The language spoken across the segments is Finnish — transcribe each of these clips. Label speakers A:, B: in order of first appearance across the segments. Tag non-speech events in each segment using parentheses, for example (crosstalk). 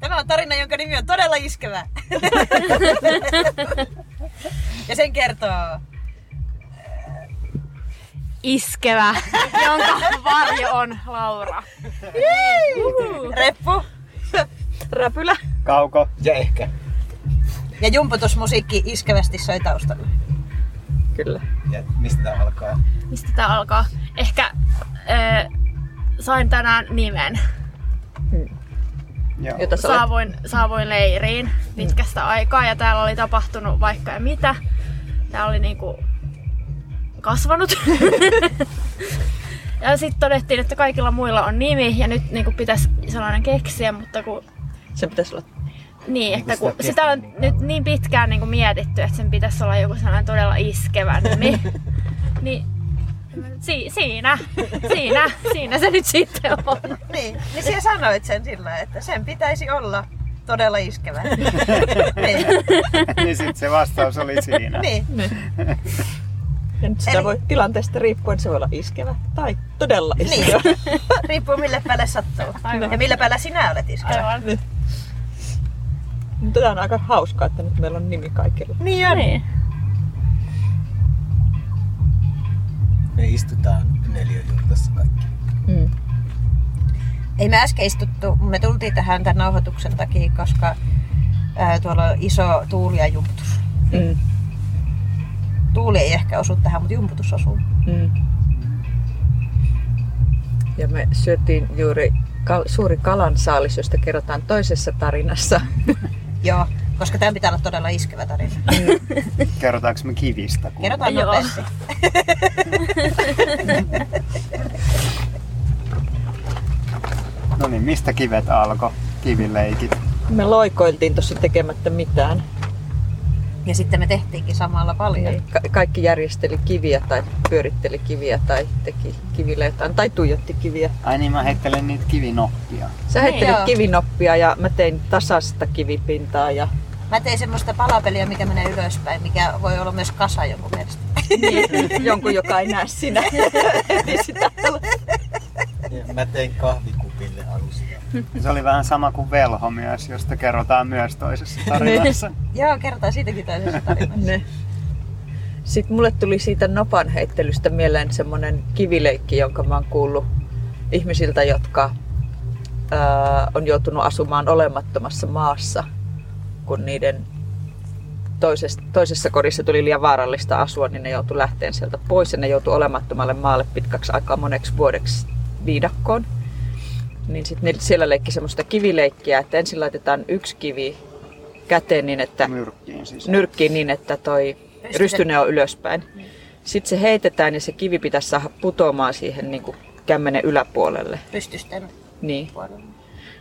A: Tämä on tarina, jonka nimi on todella
B: (laughs)
A: iskevä. ja sen kertoo
C: Iskevä, (laughs) jonka varjo on Laura.
A: Reppu, Räpylä
D: Kauko ja ehkä.
A: ja jumputusmusiikki iskevästi soi taustalla.
B: Kyllä.
D: Ja mistä tää alkaa?
C: Mistä tää alkaa? Ehkä äh, sain tänään nimen.
D: Joo.
B: Jota sä olet.
C: Saavuin, saavuin leiriin pitkästä aikaa ja täällä oli tapahtunut vaikka ja mitä. Täällä oli niinku kasvanut. (laughs) ja sitten todettiin, että kaikilla muilla on nimi ja nyt niinku pitäisi sellainen keksiä, mutta kun
B: Sen pitäisi olla.
C: Niin,
D: Niinku
C: että kun
D: sitä
C: sitä on
D: pitkään
C: nyt niin pitkään niin kuin mietitty, että sen pitäisi olla joku sellainen todella
A: (laughs)
C: iskevä nimi. niin si- siinä, siinä, siinä se nyt sitten on.
A: Niin, niin sinä sanoit sen sillä, että sen pitäisi olla todella
B: (laughs)
A: iskevä. niin,
D: (laughs) niin sit se vastaus (laughs) oli siinä.
A: niin.
B: Ja nyt sitä
A: Eli-
B: voi tilanteesta riippuen, se voi olla iskevä tai todella iskevä.
A: Niin. Riippuu mille päälle sattuu.
C: Aivan.
A: Ja millä päällä sinä olet iskevä.
C: Aivan.
B: Niin. Tätä on aika hauskaa, että nyt meillä on nimi kaikilla.
A: Niin on.
C: Niin.
E: Me istutaan neljöjurtassa kaikki.
B: Mm.
A: Ei me äsken istuttu, me tultiin tähän tämän nauhoituksen takia, koska ää, tuolla on iso tuuli ja jumputus.
B: Mm.
A: Tuuli ei ehkä osu tähän, mutta jumputus osuu.
B: Mm. Ja me syötiin juuri kal- suuri kalan saalis, josta kerrotaan toisessa tarinassa.
A: Joo, koska tämän pitää olla todella iskevä tarina.
D: Kerrotaanko me kivistä? kun-
A: Kerrotaan
C: Joo.
A: nopeasti.
D: No niin, mistä kivet alko? Kivileikit.
B: Me loikoiltiin tossa tekemättä mitään.
A: Ja sitten me tehtiinkin samalla paljon.
B: Niin. Ka- kaikki järjesteli kiviä tai pyöritteli kiviä tai teki kivillä jotain tai tuijotti kiviä.
D: Ai niin, mä heittelen niitä kivinoppia.
C: Niin,
B: Sä heittelit
A: joo.
B: kivinoppia ja mä tein tasaista kivipintaa ja
A: Mä tein semmoista palapeliä, mikä menee ylöspäin, mikä voi olla myös kasa jonkun mielestä.
B: Niin. jonkun, joka ei näe sinä. (laughs) Eli sitä
E: Ja Niin, mä tein kahvikupille alusta.
D: Se oli vähän sama kuin velho myös, josta kerrotaan myös toisessa tarinassa.
A: Joo, kertaa siitäkin toisessa (laughs) tarinassa.
B: ne. Sitten mulle tuli siitä nopan heittelystä mieleen semmoinen kivileikki, jonka mä oon kuullut ihmisiltä, jotka ää, on joutunut asumaan olemattomassa maassa, kun niiden toisessa, toisessa kodissa tuli liian vaarallista asua, niin ne joutui lähteen sieltä pois ja ne joutui olemattomalle maalle pitkäksi aikaa moneksi vuodeksi viidakkoon. Niin sitten siellä leikki semmoista kivileikkiä, että ensin laitetaan yksi kivi käteen niin, että
D: Myrkkiin siis.
B: nyrkkiin niin, että toi
A: Rystyne.
B: rystyne on ylöspäin. Sitten se heitetään ja se kivi pitäisi saada putoamaan siihen niin kuin kämmenen yläpuolelle.
A: Pystysten
B: Niin.
A: puolella.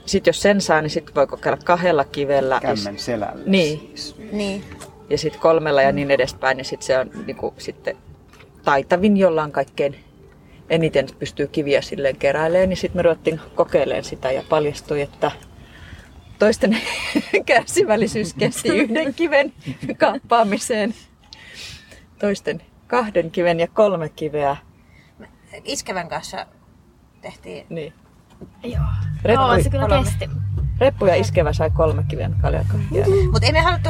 B: Sitten jos sen saa, niin sitten voi kokeilla kahdella kivellä ja s-
D: Kämmen selällä
B: Niin.
D: siis.
A: Niin.
B: ja sitten kolmella ja niin edespäin. Ja sitten se on niin kuin, sitten taitavin, jolla on kaikkein eniten pystyy kiviä silleen keräilemään. Niin sitten me ruvettiin kokeilemaan sitä ja paljastui, että toisten (laughs) kärsivällisyys kesti yhden kiven kaappaamiseen. Toisten kahden kiven ja kolme kiveä.
A: Iskevän kanssa tehtiin.
B: Niin.
C: Joo.
B: Red
C: Kauan se
B: Bull.
C: kyllä
A: Kolme.
C: kesti.
B: Reppu ja iskevä sai kolme kiven kaljakahvia.
A: Mutta ei me haluttu,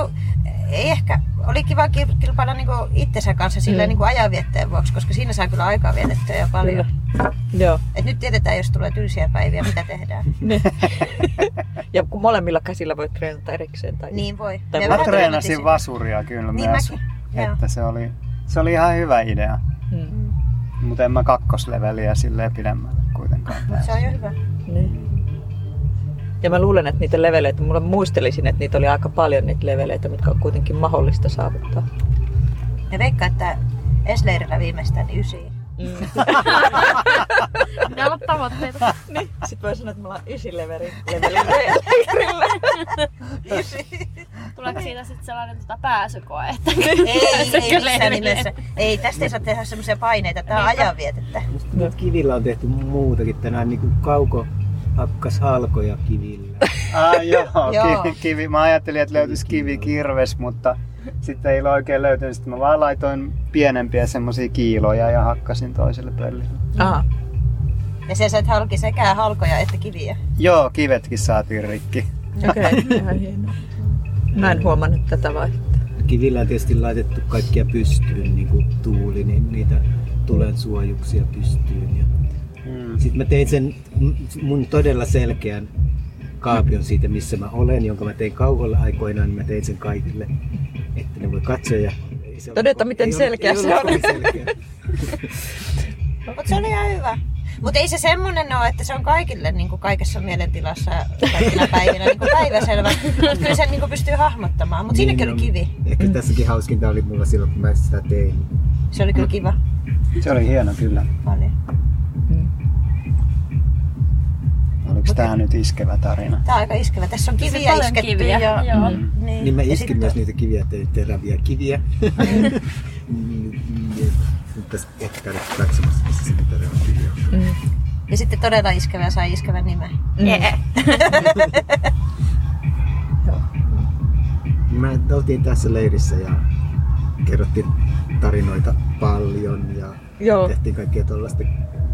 A: ei ehkä, oli kiva kil- kilpailla niinku itsensä kanssa sillä mm. niinku ajanvietteen vuoksi, koska siinä saa kyllä aikaa vietettyä ja paljon. Kyllä.
B: Joo. (laughs)
A: Et nyt tiedetään, jos tulee tylsiä päiviä, mitä tehdään.
B: Ja kun molemmilla käsillä voit treenata erikseen. Tai...
A: Niin voi.
B: Tai
A: Me
D: Mä
A: vähän
D: treenasin
A: treenattiin
D: vasuria kyllä
A: Niin
D: myös.
A: mäkin, joo.
D: Että se oli, se oli ihan hyvä idea.
B: Mm.
D: Mutta en mä kakkosleveliä silleen pidemmälle kuitenkaan.
A: siinä. Se on jo hyvä.
B: Niin. Ja mä luulen, että niitä leveleitä, mulla muistelisin, että niitä oli aika paljon niitä leveleitä, mitkä on kuitenkin mahdollista saavuttaa.
A: Ja veikkaan, että Esleirillä viimeistään niin
C: (laughs)
A: ysiin.
B: Mm. (laughs)
C: Ne ovat tavoitteita.
B: Sitten voi sanoa, että mulla on ysi leveri. (laughs)
C: Tuleeko siitä sitten sellainen tota pääsykoe? Että (laughs)
A: Ei, ei
C: Kyllä
A: missään
C: ei.
A: nimessä. Ei, tästä ei saa tehdä semmoisia paineita. Tää on ajanvietettä.
E: No kivillä on tehty muutakin tänään, niin kuin kauko hakkas halkoja kivillä.
D: Ah, joo,
A: Joo.
D: Kivi, kivi. Mä ajattelin, että löytyisi kivi kirves, mutta sitten ei oikein löytynyt. Sitten mä vaan laitoin pienempiä semmoisia kiiloja ja hakkasin toiselle pöllille.
B: Aha.
A: Ja sä sait halki sekä halkoja että kiviä.
D: Joo, kivetkin saatiin rikki.
B: Okei, okay, ihan hienoa. Mä en huomannut tätä vaihetta.
E: Kivillä on tietysti laitettu kaikkia pystyyn, niin kuin tuuli, niin niitä tulen suojuksia pystyyn. Ja...
D: Mm.
E: Sitten mä tein sen m- mun todella selkeän kaapion siitä, missä mä olen, jonka mä tein kaukolla aikoinaan, niin mä tein sen kaikille, että ne voi katsoa. Ja ei se ole-
B: Todeta, miten
E: ei ole-
B: selkeä
E: ei
B: se
E: ole
B: on.
E: kovin selkeä.
A: Mutta No, se oli ihan hyvä. Mutta ei se semmonen ole, että se on kaikille niin kuin kaikessa mielentilassa
C: (laughs)
A: kaikkina päivinä niin kuin päiväselvä. Mutta kyllä sen niin kuin pystyy hahmottamaan. Mutta siinäkin oli
E: on.
A: kivi.
E: Niin, Ehkä tässäkin hauskinta oli mulla silloin, kun mä sitä tein.
A: Se oli kyllä kiva.
D: Se oli hieno kyllä.
A: Paljon.
B: Mm.
D: Oliko tää nyt iskevä tarina?
A: Tää on aika iskevä. Tässä on kiviä
C: paljon
A: isketty.
C: kiviä,
A: Ja,
C: joo.
A: Niin,
E: Niin mä
A: ja
E: iskin
A: sitten-
E: myös niitä kiviä, tein teräviä
A: (laughs)
E: kiviä. Niin, Nyt niin, tässä ehkä käydä katsomassa, missä se terävä kivi on.
B: Mm.
A: Ja sitten todella iskevä sai iskevän nimen.
C: Yeah.
E: Me oltiin tässä leirissä ja kerrottiin tarinoita paljon ja
B: Joo.
E: tehtiin kaikkea tuollaista,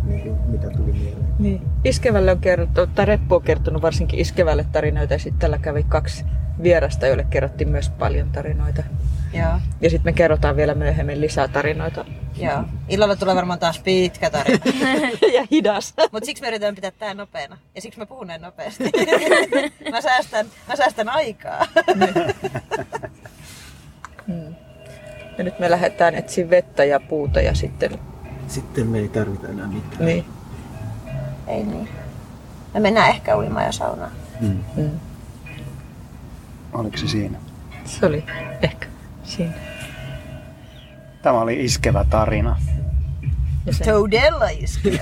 E: niin kuin, mitä tuli mieleen.
B: Niin. Iskevälle on kerrottu, tai Reppu on kertonut varsinkin Iskevälle tarinoita ja sitten tällä kävi kaksi vierasta, joille kerrottiin myös paljon tarinoita.
A: Joo.
B: Ja sitten me kerrotaan vielä myöhemmin lisää (laughs) tarinoita.
A: Joo. Illalla tulee varmaan taas pitkä tarina. (laughs)
B: ja hidas.
A: Mutta siksi me yritetään pitää tää nopeena. Ja siksi mä puhun näin (laughs) nopeasti. mä, säästän, mä säästän aikaa.
B: Mm. Ja nyt me lähdetään etsimään vettä ja puuta ja sitten...
E: Sitten me ei tarvita enää mitään.
B: Niin.
A: (laughs) Ei niin. Me mennään ehkä uimaan ja saunaan.
E: Mm.
B: Mm.
D: Oliko se siinä?
B: Se oli ehkä siinä.
D: Tämä oli iskevä tarina.
B: Ja sen,
A: Todella (laughs) iskevä.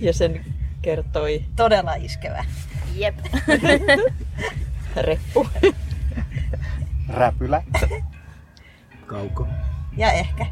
B: ja sen kertoi
A: Todella iskevä.
C: Jep.
B: Reppu.
D: Räpylä.
E: Kauko.
A: Ja ehkä.